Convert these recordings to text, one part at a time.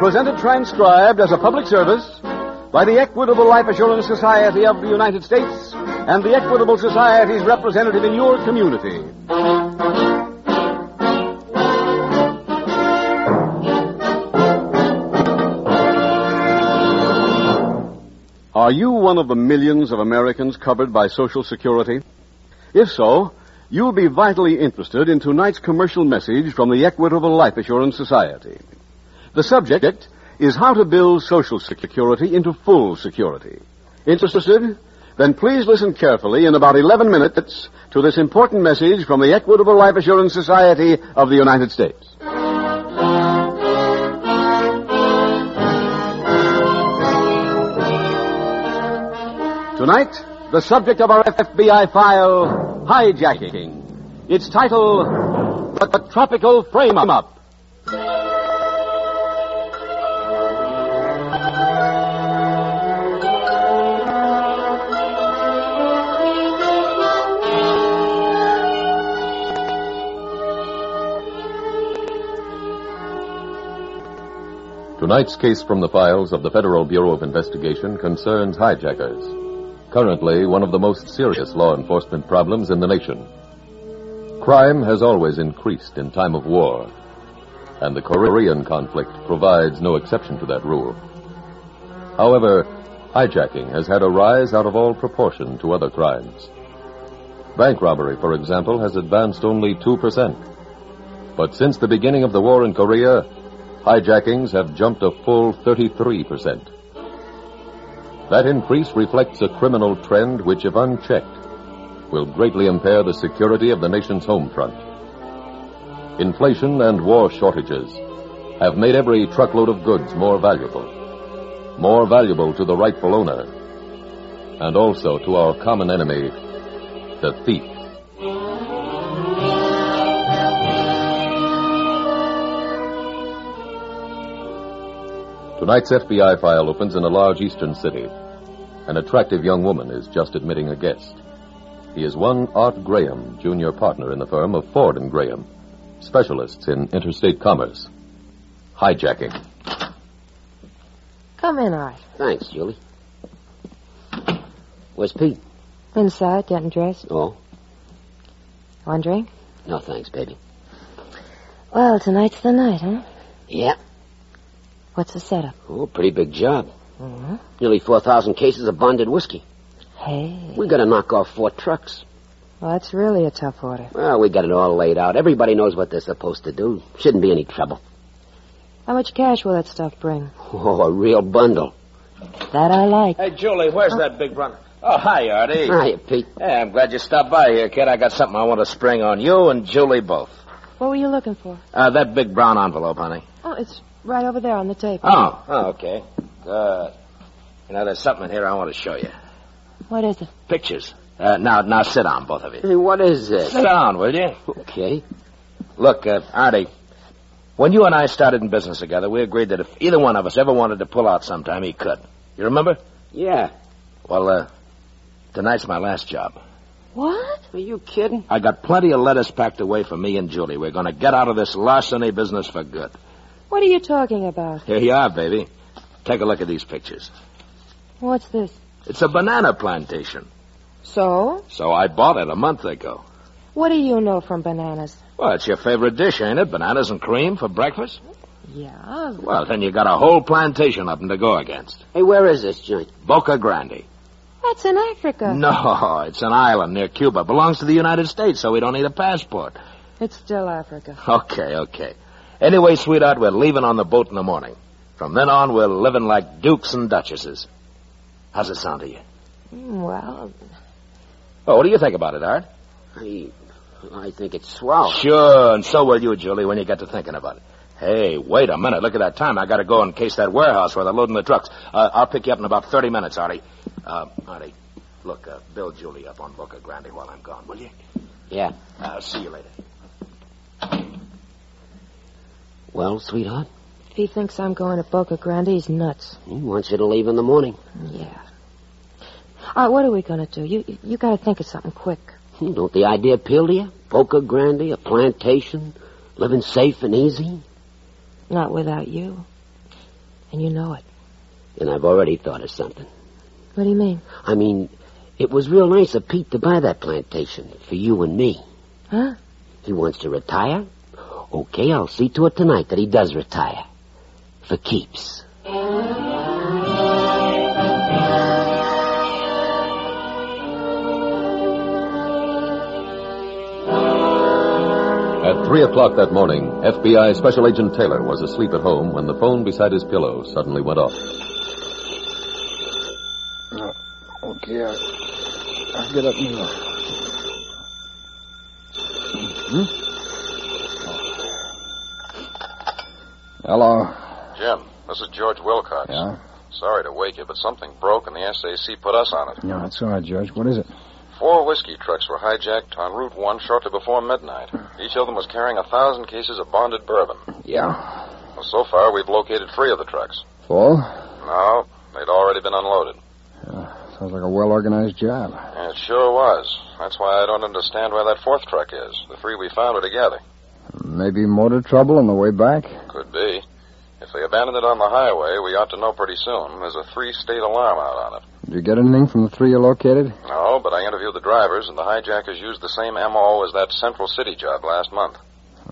Presented transcribed as a public service by the Equitable Life Assurance Society of the United States and the Equitable Society's representative in your community. Are you one of the millions of Americans covered by Social Security? If so, you'll be vitally interested in tonight's commercial message from the Equitable Life Assurance Society. The subject is how to build Social Security into full security. Interested? Then please listen carefully in about 11 minutes to this important message from the Equitable Life Assurance Society of the United States. Tonight, the subject of our FBI file, hijacking. Its title, The Tropical Frame Up. Tonight's case from the files of the Federal Bureau of Investigation concerns hijackers. Currently, one of the most serious law enforcement problems in the nation. Crime has always increased in time of war, and the Korean conflict provides no exception to that rule. However, hijacking has had a rise out of all proportion to other crimes. Bank robbery, for example, has advanced only 2%. But since the beginning of the war in Korea, hijackings have jumped a full 33%. That increase reflects a criminal trend which, if unchecked, will greatly impair the security of the nation's home front. Inflation and war shortages have made every truckload of goods more valuable, more valuable to the rightful owner, and also to our common enemy, the thief. Tonight's FBI file opens in a large eastern city. An attractive young woman is just admitting a guest. He is one Art Graham, junior partner in the firm of Ford and Graham, specialists in interstate commerce. Hijacking. Come in, Art. Thanks, Julie. Where's Pete? Inside, getting dressed. Oh, One drink? no thanks, baby. Well, tonight's the night, huh? Yeah. What's the setup? Oh, pretty big job. Mm-hmm. Nearly 4,000 cases of bonded whiskey. Hey. We gotta knock off four trucks. Well, that's really a tough order. Well, we got it all laid out. Everybody knows what they're supposed to do. Shouldn't be any trouble. How much cash will that stuff bring? Oh, a real bundle. That I like. Hey, Julie, where's that big runner? Oh, hi, Artie. Hiya, Pete. Hey, I'm glad you stopped by here, kid. I got something I want to spring on you and Julie both. What were you looking for? Uh, that big brown envelope, honey. Oh, it's right over there on the table. Oh, oh okay. Good. You know, there's something in here I want to show you. What is it? Pictures. Uh, now, now, sit down, both of you. Hey, what is this? Sit down, will you? Okay. Look, uh, Artie, when you and I started in business together, we agreed that if either one of us ever wanted to pull out sometime, he could. You remember? Yeah. Well, uh, tonight's my last job. What? Are you kidding? I got plenty of letters packed away for me and Julie. We're going to get out of this larceny business for good. What are you talking about? Here you are, baby. Take a look at these pictures. What's this? It's a banana plantation. So? So I bought it a month ago. What do you know from bananas? Well, it's your favorite dish, ain't it? Bananas and cream for breakfast? Yeah. Well, then you got a whole plantation of 'em to go against. Hey, where is this Uh. joint? Boca Grande. That's in Mm. Africa. No, it's an island near Cuba. Belongs to the United States, so we don't need a passport. It's still Africa. Okay, okay. Anyway, sweetheart, we're leaving on the boat in the morning. From then on, we're living like dukes and duchesses. How's it sound to you? Mm, Well, Oh, what do you think about it, Art? Oh. I, I think it's swell. Sure, and so will you, Julie, when you get to thinking about it. Hey, wait a minute. Look at that time. I gotta go and case that warehouse where they're loading the trucks. Uh, I'll pick you up in about 30 minutes, Artie. Uh, Artie, look, uh, Bill Julie up on Boca Grande while I'm gone, will you? Yeah. I'll see you later. Well, sweetheart, If he thinks I'm going to Boca Grande, he's nuts. he wants you to leave in the morning. Yeah. All right, what are we going to do? You you got to think of something quick. Hmm, Don't the idea appeal to you? Boca Grande, a plantation, living safe and easy? Not without you. And you know it. And I've already thought of something. What do you mean? I mean, it was real nice of Pete to buy that plantation for you and me. Huh? He wants to retire? Okay, I'll see to it tonight that he does retire. For keeps. At 3 o'clock that morning, FBI Special Agent Taylor was asleep at home when the phone beside his pillow suddenly went off. Okay, I, I'll get up now. Hmm? Hello. Jim, this is George Wilcox. Yeah? Sorry to wake you, but something broke and the SAC put us on it. No, that's all right, George. What is it? Four whiskey trucks were hijacked on Route 1 shortly before midnight. Each of them was carrying a thousand cases of bonded bourbon. Yeah. Well, so far, we've located three of the trucks. Full? No, they'd already been unloaded. Sounds like a well organized job. And It sure was. That's why I don't understand where that fourth truck is. The three we found are together. Maybe motor trouble on the way back? Could be. If they abandoned it on the highway, we ought to know pretty soon. There's a three-state alarm out on it. Did you get anything from the three you located? No, but I interviewed the drivers, and the hijackers used the same MO as that Central City job last month.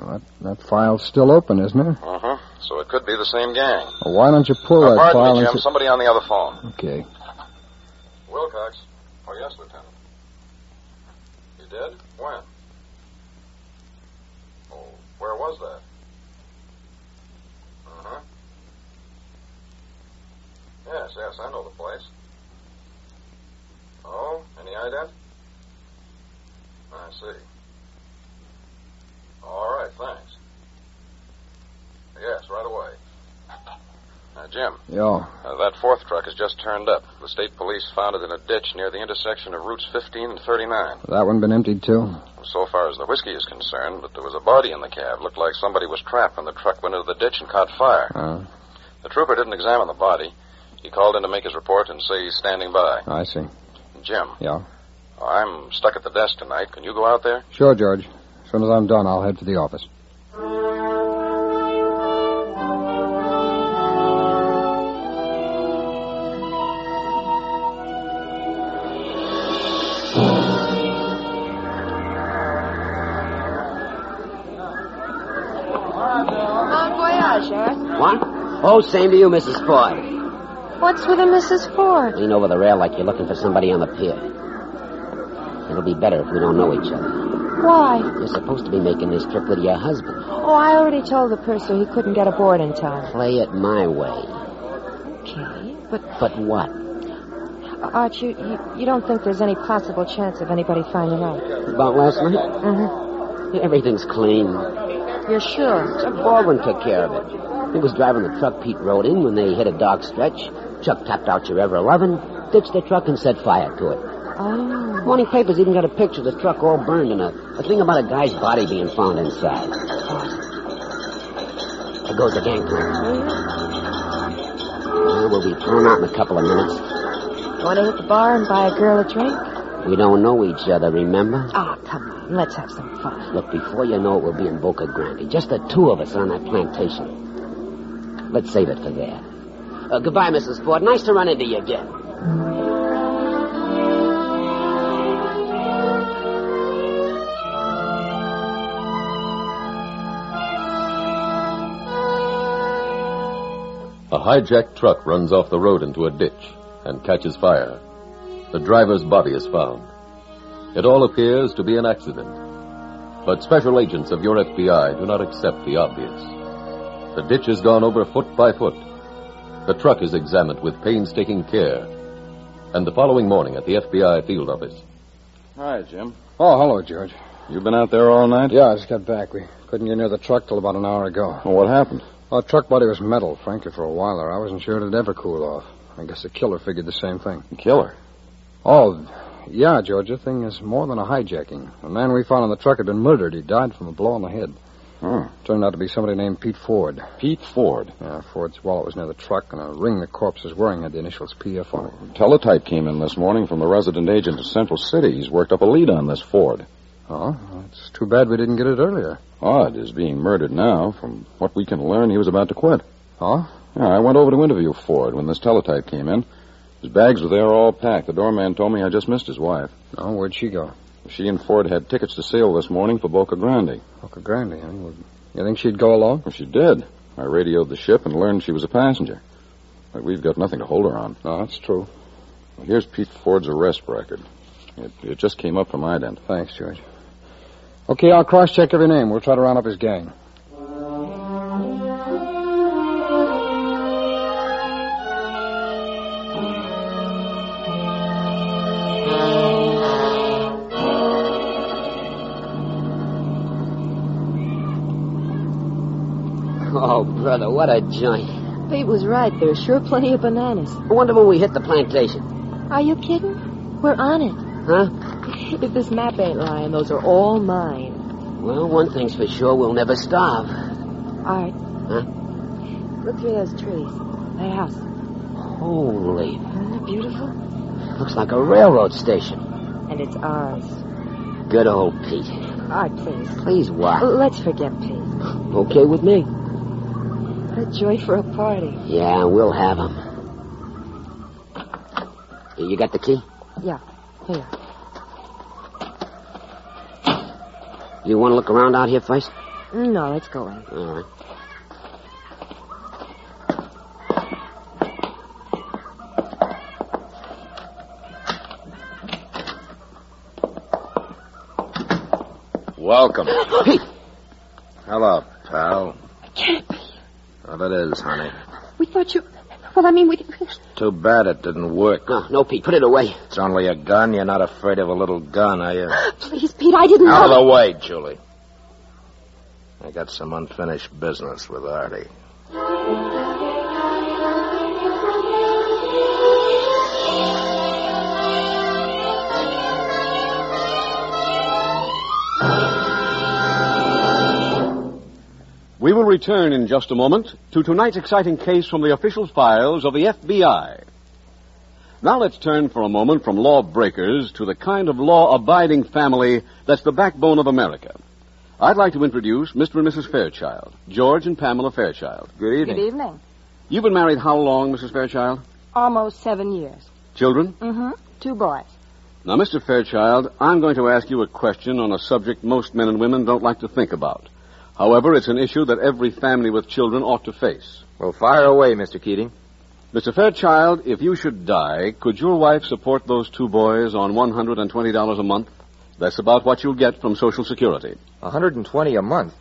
Well, that, that file's still open, isn't it? Mm-hmm. So it could be the same gang. Well, why don't you pull Now, that file Uh, pardon me, and Jim. see- Somebody on the other phone. Okay. Wilcox. Oh, yes, Lieutenant. You did? When? Oh, where was that? Uh-huh. Yes, yes, I know the place. Oh, any ident? I see. All right, thanks. Yes, right away. Now, Jim, Yeah. uh, that fourth truck has just turned up. The state police found it in a ditch near the intersection of routes 15 and 39. That one been emptied, too? So far as the whiskey is concerned, but there was a body in the cab. Looked like somebody was trapped when the truck went into the ditch and caught fire. Uh, The trooper didn't examine the body. He called in to make his report and say he's standing by. I see. Jim. Yeah. I'm stuck at the desk tonight. Can you go out there? Sure, George. As soon as I'm done, I'll head for the office. Bon voyage, eh? Eric. What? Oh, same to you, Mrs. Foy. What's with a Mrs. Ford? Lean over the rail like you're looking for somebody on the pier. It'll be better if we don't know each other. Why? You're supposed to be making this trip with your husband. Oh, I already told the purser he couldn't get aboard in time. Play it my way. Okay. But, But what? Uh, Arch, you, you, you don't think there's any possible chance of anybody finding out? About last night? Mm-hmm. Everything's clean. You're sure? Chuck Baldwin took care of it. He was driving the truck Pete rode in when they hit a dark stretch. Chuck tapped out your Ever 11, ditched the truck, and set fire to it. Oh. Morning papers even got a picture of the truck all burned and a, a thing about a guy's body being found inside. There goes the gang clear. Well, we'll be thrown out in a couple of minutes. Want to hit the bar and buy a girl a drink? We don't know each other, remember? Oh, come on. Let's have some fun. Look, before you know it, we'll be in Boca Grande. Just the two of us on that plantation. Let's save it for there. Uh, goodbye, Mrs. Ford. Nice to run into you again. A hijacked truck runs off the road into a ditch and catches fire. The driver's body is found. It all appears to be an accident. But special agents of your FBI do not accept the obvious. The ditch is gone over foot by foot. The truck is examined with painstaking care. And the following morning at the FBI field office, Hi, Jim. Oh, hello, George. You've been out there all night? Yeah, I just got back. We couldn't get near the truck till about an hour ago. Well, what happened? Well, the truck body was metal. Frankly, for a while there, I wasn't sure it'd ever cool off. I guess the killer figured the same thing. Killer? Oh, yeah, George. The thing is more than a hijacking. The man we found in the truck had been murdered. He died from a blow on the head. Hmm. Turned out to be somebody named Pete Ford. Pete Ford. Yeah, Ford's wallet was near the truck, and a ring the corpse was wearing had the initials PF on Hmm. it. Teletype came in this morning from the resident agent of Central City. He's worked up a lead on this Ford. Oh, well, it's too bad we didn't get it earlier. Odd is being murdered now. From what we can learn, he was about to quit. Huh? Yeah, I went over to interview Ford when this teletype came in. His bags were there all packed. The doorman told me I just missed his wife. Oh, where'd she go? She and Ford had tickets to sail this morning for Boca Grande. Boca Grande, huh? Would- You think she'd go along? Well, she did. I radioed the ship and learned she was a passenger. But we've got nothing to hold her on. No, that's true. Well, here's Pete Ford's arrest record. It, it just came up from ident. Thanks, George. Okay, I'll cross-check every name. We'll try to round up his gang. Oh, brother, what a joint. Pete was right. There's sure plenty of bananas. I wonder when we hit the plantation. Are you kidding? We're on it. Huh? If this map ain't lying, those are all mine. Well, one thing's for sure, we'll never starve. Art. Huh? Look through those trees. That house. Holy. Isn't it beautiful? Looks like a railroad station. And it's ours. Good old Pete. Art, please. Please, what? Let's forget Pete. Okay with me. What a joy for a party. Yeah, we'll have him. You got the key? Yeah. Here. You want to look around out here first? No, let's go in. All right. Welcome. Pete! Hello, pal. Well, it is, honey. We thought you. Well, I mean, we. Too bad it didn't work. No, no, Pete, put it away. It's only a gun. You're not afraid of a little gun, are you? Please, Pete, I didn't Out know. of the way, Julie. I got some unfinished business with Artie. We will return in just a moment to tonight's exciting case from the official files of the FBI. Now let's turn for a moment from lawbreakers to the kind of law abiding family that's the backbone of America. I'd like to introduce Mr. and Mrs. Fairchild, George and Pamela Fairchild. Good evening. Good evening. You've been married how long, Mrs. Fairchild? Almost seven years. Children? Mm-hmm. Two boys. Now, Mr. Fairchild, I'm going to ask you a question on a subject most men and women don't like to think about. However, it's an issue that every family with children ought to face. Well, fire away, Mr. Keating. Mr. Fairchild, if you should die, could your wife support those two boys on $120 a month? That's about what you'll get from Social Security. 120 a month.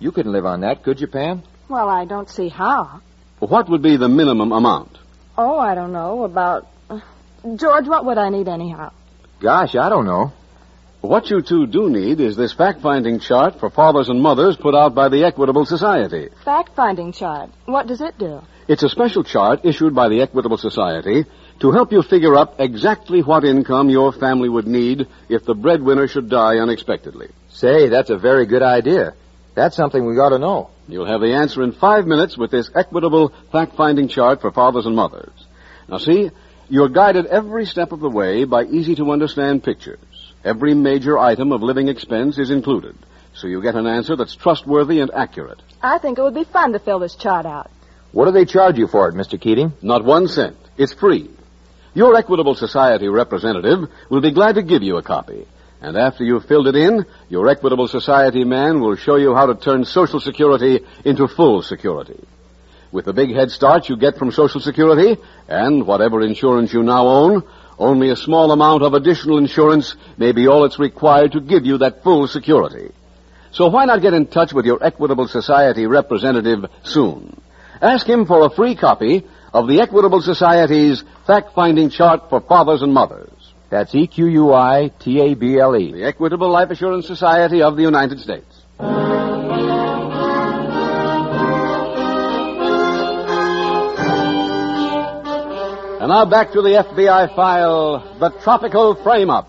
You couldn't live on that, could you, Pam? Well, I don't see how. What would be the minimum amount? Oh, I don't know about George. What would I need anyhow? Gosh, I don't know. What you two do need is this fact-finding chart for fathers and mothers put out by the Equitable Society. Fact-finding chart. What does it do? It's a special chart issued by the Equitable Society to help you figure up exactly what income your family would need if the breadwinner should die unexpectedly. Say, that's a very good idea. That's something we ought to know. You'll have the answer in five minutes with this equitable fact finding chart for fathers and mothers. Now, see, you're guided every step of the way by easy to understand pictures. Every major item of living expense is included, so you get an answer that's trustworthy and accurate. I think it would be fun to fill this chart out. What do they charge you for it, Mr. Keating? Not one cent. It's free. Your Equitable Society representative will be glad to give you a copy. And after you've filled it in, your Equitable Society man will show you how to turn Social Security into full security. With the big head start you get from Social Security and whatever insurance you now own, only a small amount of additional insurance may be all that's required to give you that full security. So why not get in touch with your Equitable Society representative soon? Ask him for a free copy of the Equitable Society's fact-finding chart for fathers and mothers. That's E Q U I T A B L E. The Equitable Life Assurance Society of the United States. And now back to the FBI file The Tropical Frame Up.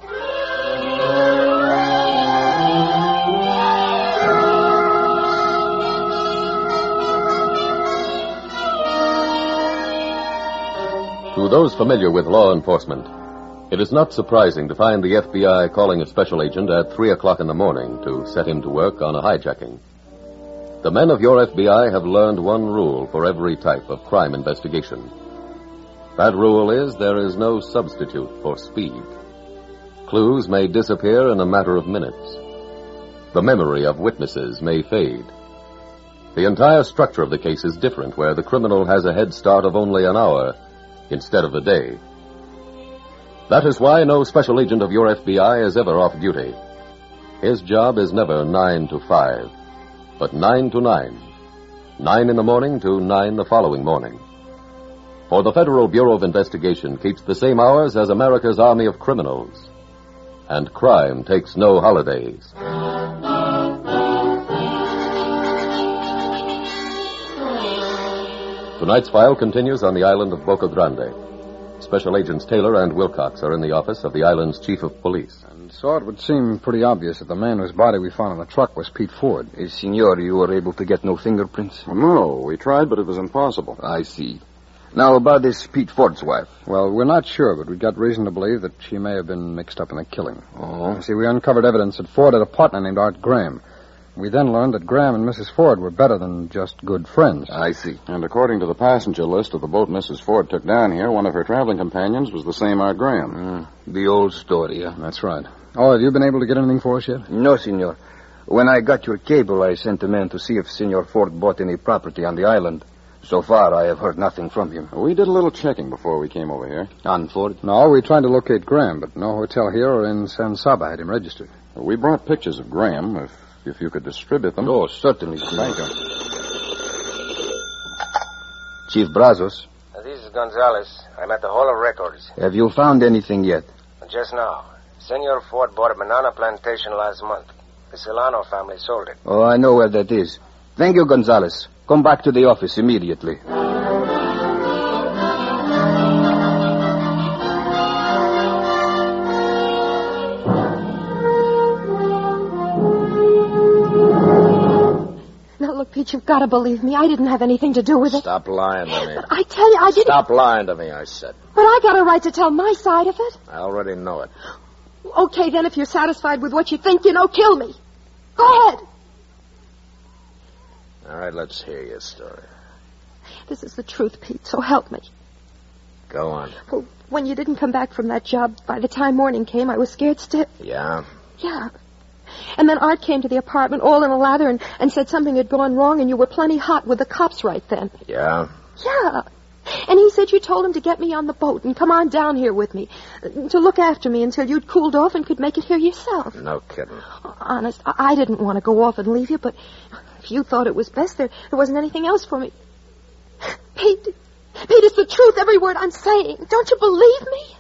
To those familiar with law enforcement, it is not surprising to find the FBI calling a special agent at 3 o'clock in the morning to set him to work on a hijacking. The men of your FBI have learned one rule for every type of crime investigation. That rule is there is no substitute for speed. Clues may disappear in a matter of minutes. The memory of witnesses may fade. The entire structure of the case is different where the criminal has a head start of only an hour instead of a day. That is why no special agent of your FBI is ever off duty. His job is never nine to five, but nine to nine. Nine in the morning to nine the following morning. For the Federal Bureau of Investigation keeps the same hours as America's army of criminals. And crime takes no holidays. Tonight's file continues on the island of Boca Grande. Special Agents Taylor and Wilcox are in the office of the island's chief of police. So it would seem pretty obvious that the man whose body we found in the truck was Pete Ford. Senor, you were able to get no fingerprints? No, we tried, but it was impossible. I see. Now, about this Pete Ford's wife. Well, we're not sure, but we've got reason to believe that she may have been mixed up in the killing. Oh. You see, we uncovered evidence that Ford had a partner named Art Graham. We then learned that Graham and Mrs. Ford were better than just good friends. I see. And according to the passenger list of the boat Mrs. Ford took down here, one of her traveling companions was the same Art Graham. The old story, huh? That's right. Oh, have you been able to get anything for us yet? No, senor. When I got your cable, I sent a man to see if Senor Ford bought any property on the island. So far, I have heard nothing from him. We did a little checking before we came over here. On Ford? No, we tried to locate Graham, but no hotel here or in San Saba had him registered. We brought pictures of Graham, if if you could distribute them. Oh, certainly, senor. Thank you. Chief Brazos, Uh, This is Gonzalez. I'm at the Hall of Records. have you found anything yet? Just now, Senor Ford bought a banana plantation last month. The Solano family sold it. Oh, I know where that is. Thank you, Gonzalez. Come back to the office immediately. Now, look, Pete, you've got to believe me. I didn't have anything to do with it. Stop lying to me. I tell you, I didn't. Stop lying to me, I said. But I got a right to tell my side of it. I already know it. Okay, then, if you're satisfied with what you think, you know, kill me. Go ahead. All right, let's hear your story. This is the truth, Pete, so help me. Go on. Well, when you didn't come back from that job, by the time morning came, I was scared stiff. Yeah? Yeah. And then Art came to the apartment all in a lather and, and said something had gone wrong, and you were plenty hot with the cops right then. Yeah? Yeah. And he said you told him to get me on the boat and come on down here with me, uh, to look after me until you'd cooled off and could make it here yourself. No kidding. Honest, I, I didn't want to go off and leave you, but if you thought it was best, there, there wasn't anything else for me. Pete, Pete, it's the truth, every word I'm saying. Don't you believe me?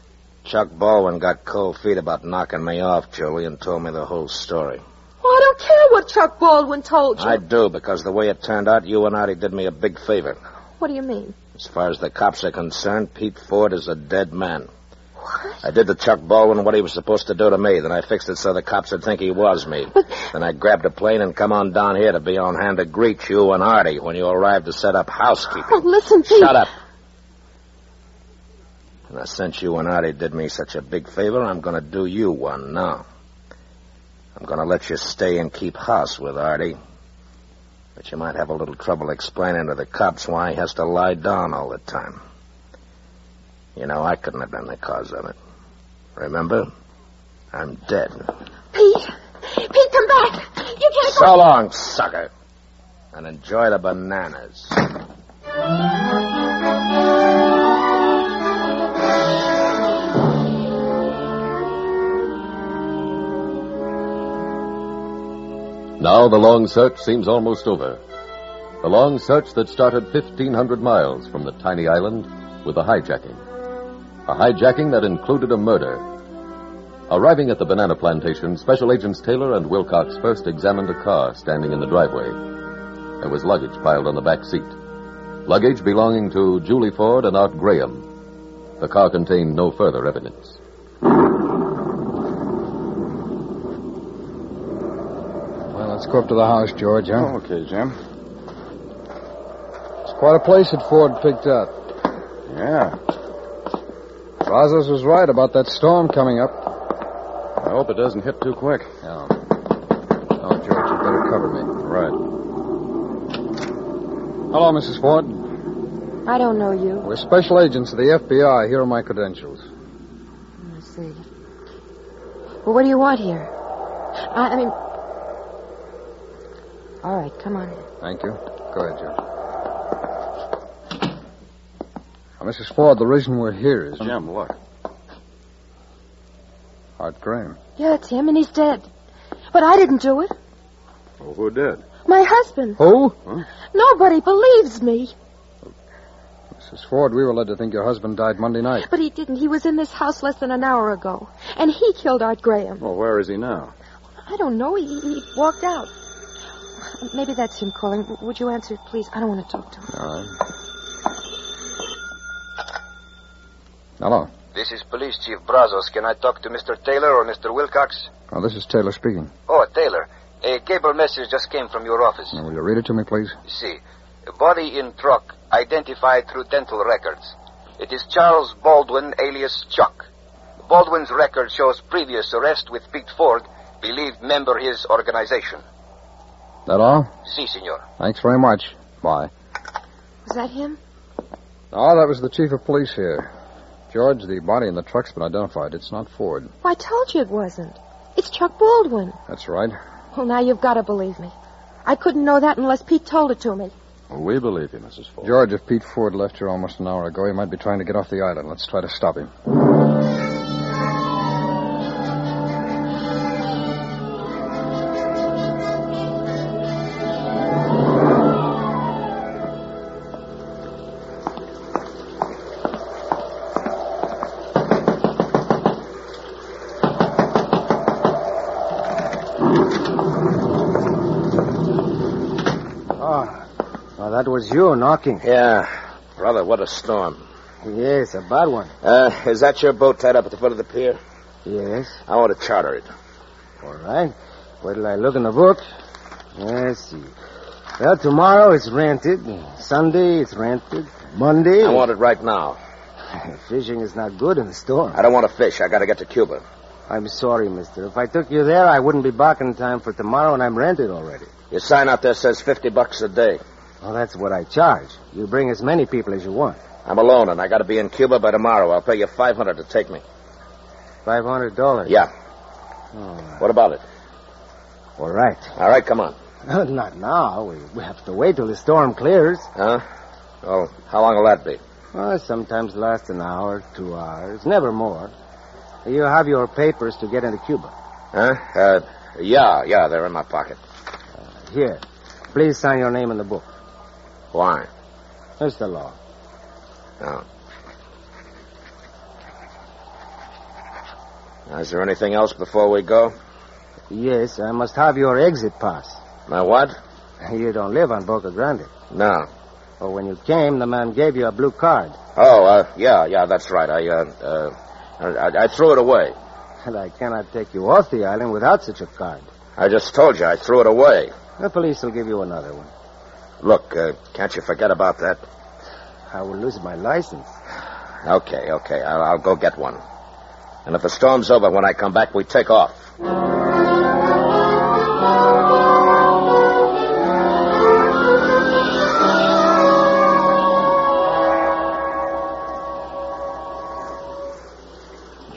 Chuck Baldwin got cold feet about knocking me off, Julie, and told me the whole story. Oh, I don't care what Chuck Baldwin told you. I do, because the way it turned out, you and Artie did me a big favor. What do you mean? As far as the cops are concerned, Pete Ford is a dead man. What? I did to Chuck Baldwin what he was supposed to do to me. Then I fixed it so the cops would think he was me. then I grabbed a plane and come on down here to be on hand to greet you and Artie when you arrived to set up housekeeping. Oh, listen, Pete. Shut up. And I since you and Artie did me such a big favor, I'm going to do you one now. I'm going to let you stay and keep house with Artie. But you might have a little trouble explaining to the cops why he has to lie down all the time. You know, I couldn't have been the cause of it. Remember? I'm dead. Pete. Pete, come back. You can't So long, sucker. And enjoy the bananas. Now the long search seems almost over. The long search that started 1,500 miles from the tiny island with a hijacking. A hijacking that included a murder. Arriving at the banana plantation, Special Agents Taylor and Wilcox first examined a car standing in the driveway. There was luggage piled on the back seat. Luggage belonging to Julie Ford and Art Graham. The car contained no further evidence. Well, let's go up to the house, George, huh? Okay, Jim. It's quite a place that Ford picked up. Yeah. Brazos was right about that storm coming up. I hope it doesn't hit too quick. Yeah. Oh, George, you better cover me. Right. Hello, Mrs. Ford. I don't know you. We're special agents of the FBI. Here are my credentials. I see. Well, what do you want here? I, I mean. All right, come on in. Thank you. Go ahead, George. Now, Mrs. Ford, the reason we're here is Jim, look. Art Graham. Yeah, it's him, and he's dead. But I didn't do it. Well, who did? My husband. Who? Nobody believes me. Mrs. Ford, we were led to think your husband died Monday night. But he didn't. He was in this house less than an hour ago, and he killed Art Graham. Well, where is he now? I don't know. He, he he walked out. Maybe that's him calling. W- Would you answer it, please? I don't want to talk to him. All right. Hello. This is Police Chief Brazos. Can I talk to Mr. Taylor or Mr. Wilcox? Oh, this is Taylor speaking. Oh, Taylor. A cable message just came from your office. Now, will you read it to me, please? See. Body in truck, identified through dental records. It is Charles Baldwin, alias Chuck. Baldwin's record shows previous arrest with Pete Ford, believed member his organization. That all? Si, senor. Thanks very much. Bye. Was that him? Oh, that was the chief of police here. George, the body in the truck's been identified. It's not Ford. Well, I told you it wasn't. It's Chuck Baldwin. That's right. Well, now you've got to believe me. I couldn't know that unless Pete told it to me. we believe you, Mrs. Ford. George, if Pete Ford left here almost an hour ago, he might be trying to get off the island. Let's try to stop him. Oh, well, that was you knocking. Yeah. Brother, what a storm. Yes, a bad one. Uh, is that your boat tied up at the foot of the pier? Yes. I want to charter it. All right. Wait till I look in the book. Let's see. Well, tomorrow it's rented. Sunday it's rented. Monday. I want it right now. Fishing is not good in the storm. I don't want to fish. I got to get to Cuba. I'm sorry, mister. If I took you there, I wouldn't be back in time for tomorrow, and I'm rented already. Your sign out there says 50 bucks a day. Well, that's what I charge. You bring as many people as you want. I'm alone, and I got to be in Cuba by tomorrow. I'll pay you 500 to take me. $500. Yeah. Oh, What about it? all right. All right, come on. Not now. We, we have to wait till the storm clears. Huh? Well, Oh. how long will that be? Well, sometimes last an hour, two hours, never more. You have your papers to get into Cuba. Huh? Uh, yeah, yeah, they're in my pocket. Here, please sign your name in the book. Why? Oh. That's the law. No. Now, is there anything else before we go? Yes, I must have your exit pass. My what? You don't live on Boca Grande. No. Oh, when you came, the man gave you a blue card. Oh, uh, yeah, yeah, that's right. I, uh, uh, I, I threw it away. And I cannot take you off the island without such a card. I just told you I threw it away. The police will give you another one. Look, uh, can't you forget about that? I will lose my license. Okay, okay, I'll, I'll go get one. And if the storm's over when I come back, we take off.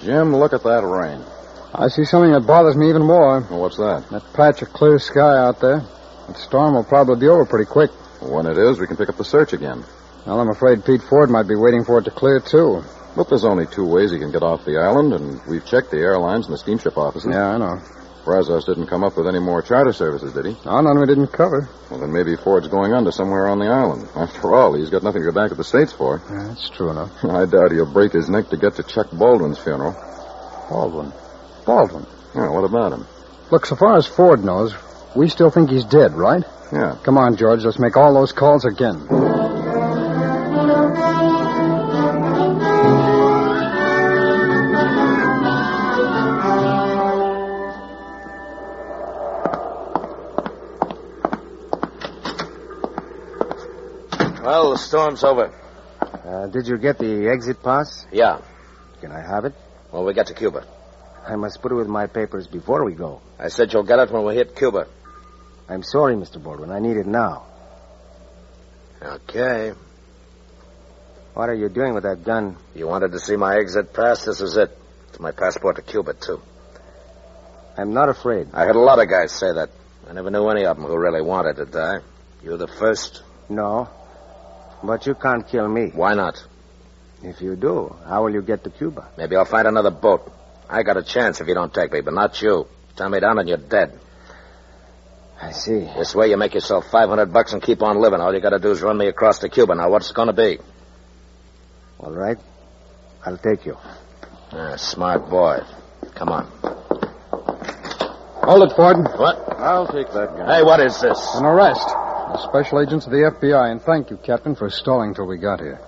Jim, look at that rain. I see something that bothers me even more. Well, what's that? That patch of clear sky out there. That storm will probably be over pretty quick. When it is, we can pick up the search again. Well, I'm afraid Pete Ford might be waiting for it to clear, too. Look, there's only two ways he can get off the island, and we've checked the airlines and the steamship offices. Yeah, I know. Brazos didn't come up with any more charter services, did he? No, none we didn't cover. Well, then maybe Ford's going under somewhere on the island. After all, he's got nothing to go back to the States for. Yeah, that's true enough. I doubt he'll break his neck to get to Chuck Baldwin's funeral. Baldwin. Baldwin. Yeah, what about him? Look, so far as Ford knows, we still think he's dead, right? Yeah. Come on, George, let's make all those calls again. Well, the storm's over. Uh, did you get the exit pass? Yeah. Can I have it? Well, we get to Cuba. I must put it with my papers before we go. I said you'll get it when we hit Cuba. I'm sorry, Mr. Baldwin. I need it now. Okay. What are you doing with that gun? You wanted to see my exit pass? This is it. It's my passport to Cuba, too. I'm not afraid. I had a lot of guys say that. I never knew any of them who really wanted to die. You're the first. No. But you can't kill me. Why not? If you do, how will you get to Cuba? Maybe I'll find another boat. I got a chance if you don't take me, but not you. Tie me down and you're dead. I see. This way you make yourself 500 bucks and keep on living. All you gotta do is run me across to Cuba. Now, what's it gonna be? All right. I'll take you. Ah, smart boy. Come on. Hold it, Ford. What? I'll take that gun. Hey, what is this? An arrest. The special agents of the FBI, and thank you, Captain, for stalling till we got here.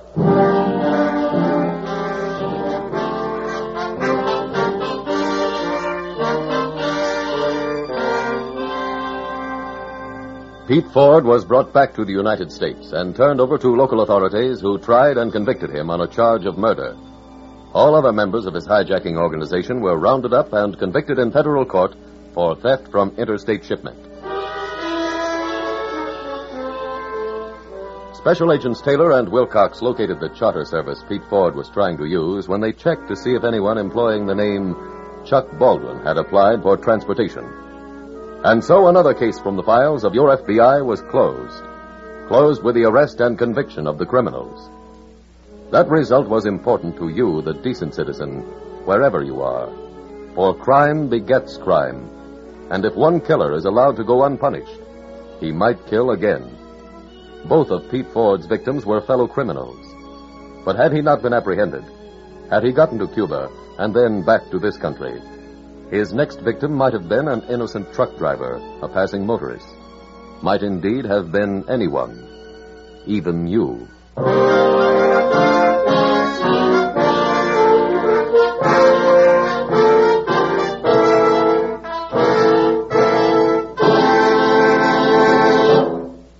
Pete Ford was brought back to the United States and turned over to local authorities who tried and convicted him on a charge of murder. All other members of his hijacking organization were rounded up and convicted in federal court for theft from interstate shipment. Special Agents Taylor and Wilcox located the charter service Pete Ford was trying to use when they checked to see if anyone employing the name Chuck Baldwin had applied for transportation. And so another case from the files of your FBI was closed. Closed with the arrest and conviction of the criminals. That result was important to you, the decent citizen, wherever you are. For crime begets crime. And if one killer is allowed to go unpunished, he might kill again. Both of Pete Ford's victims were fellow criminals. But had he not been apprehended, had he gotten to Cuba and then back to this country, his next victim might have been an innocent truck driver, a passing motorist. Might indeed have been anyone, even you.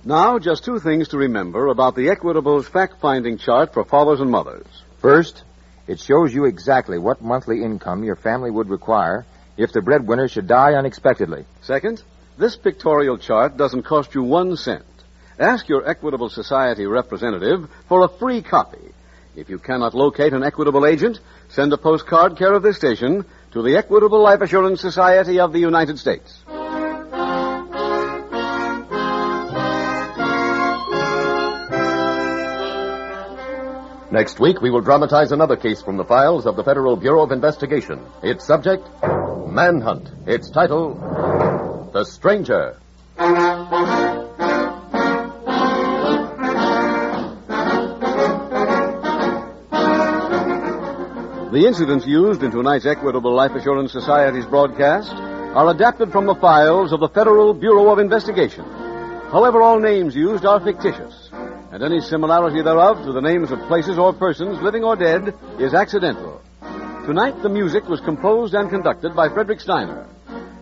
Now, just two things to remember about the Equitable's fact finding chart for fathers and mothers. First, it shows you exactly what monthly income your family would require if the breadwinner should die unexpectedly. Second, this pictorial chart doesn't cost you one cent. Ask your Equitable Society representative for a free copy. If you cannot locate an Equitable agent, send a postcard care of this station to the Equitable Life Assurance Society of the United States. Next week, we will dramatize another case from the files of the Federal Bureau of Investigation. Its subject, Manhunt. Its title, The Stranger. The incidents used in tonight's Equitable Life Assurance Society's broadcast are adapted from the files of the Federal Bureau of Investigation. However, all names used are fictitious, and any similarity thereof to the names of places or persons, living or dead, is accidental. Tonight, the music was composed and conducted by Frederick Steiner.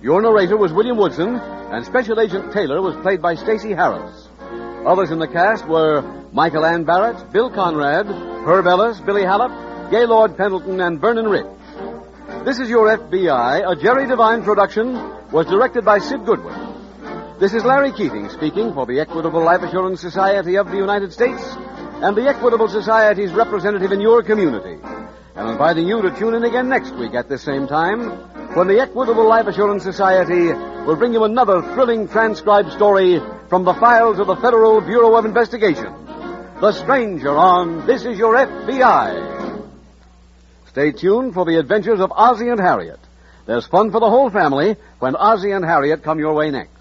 Your narrator was William Woodson, and Special Agent Taylor was played by Stacy Harris. Others in the cast were Michael Ann Barrett, Bill Conrad, Herb Ellis, Billy Hallop, Gaylord Pendleton, and Vernon Rich. This is Your FBI, a Jerry Devine production, was directed by Sid Goodwin. This is Larry Keating speaking for the Equitable Life Assurance Society of the United States and the Equitable Society's representative in your community, and inviting you to tune in again next week at this same time when the Equitable Life Assurance Society will bring you another thrilling transcribed story from the files of the Federal Bureau of Investigation. The Stranger on This Is Your FBI. Stay tuned for the adventures of Ozzie and Harriet. There's fun for the whole family when Ozzie and Harriet come your way next.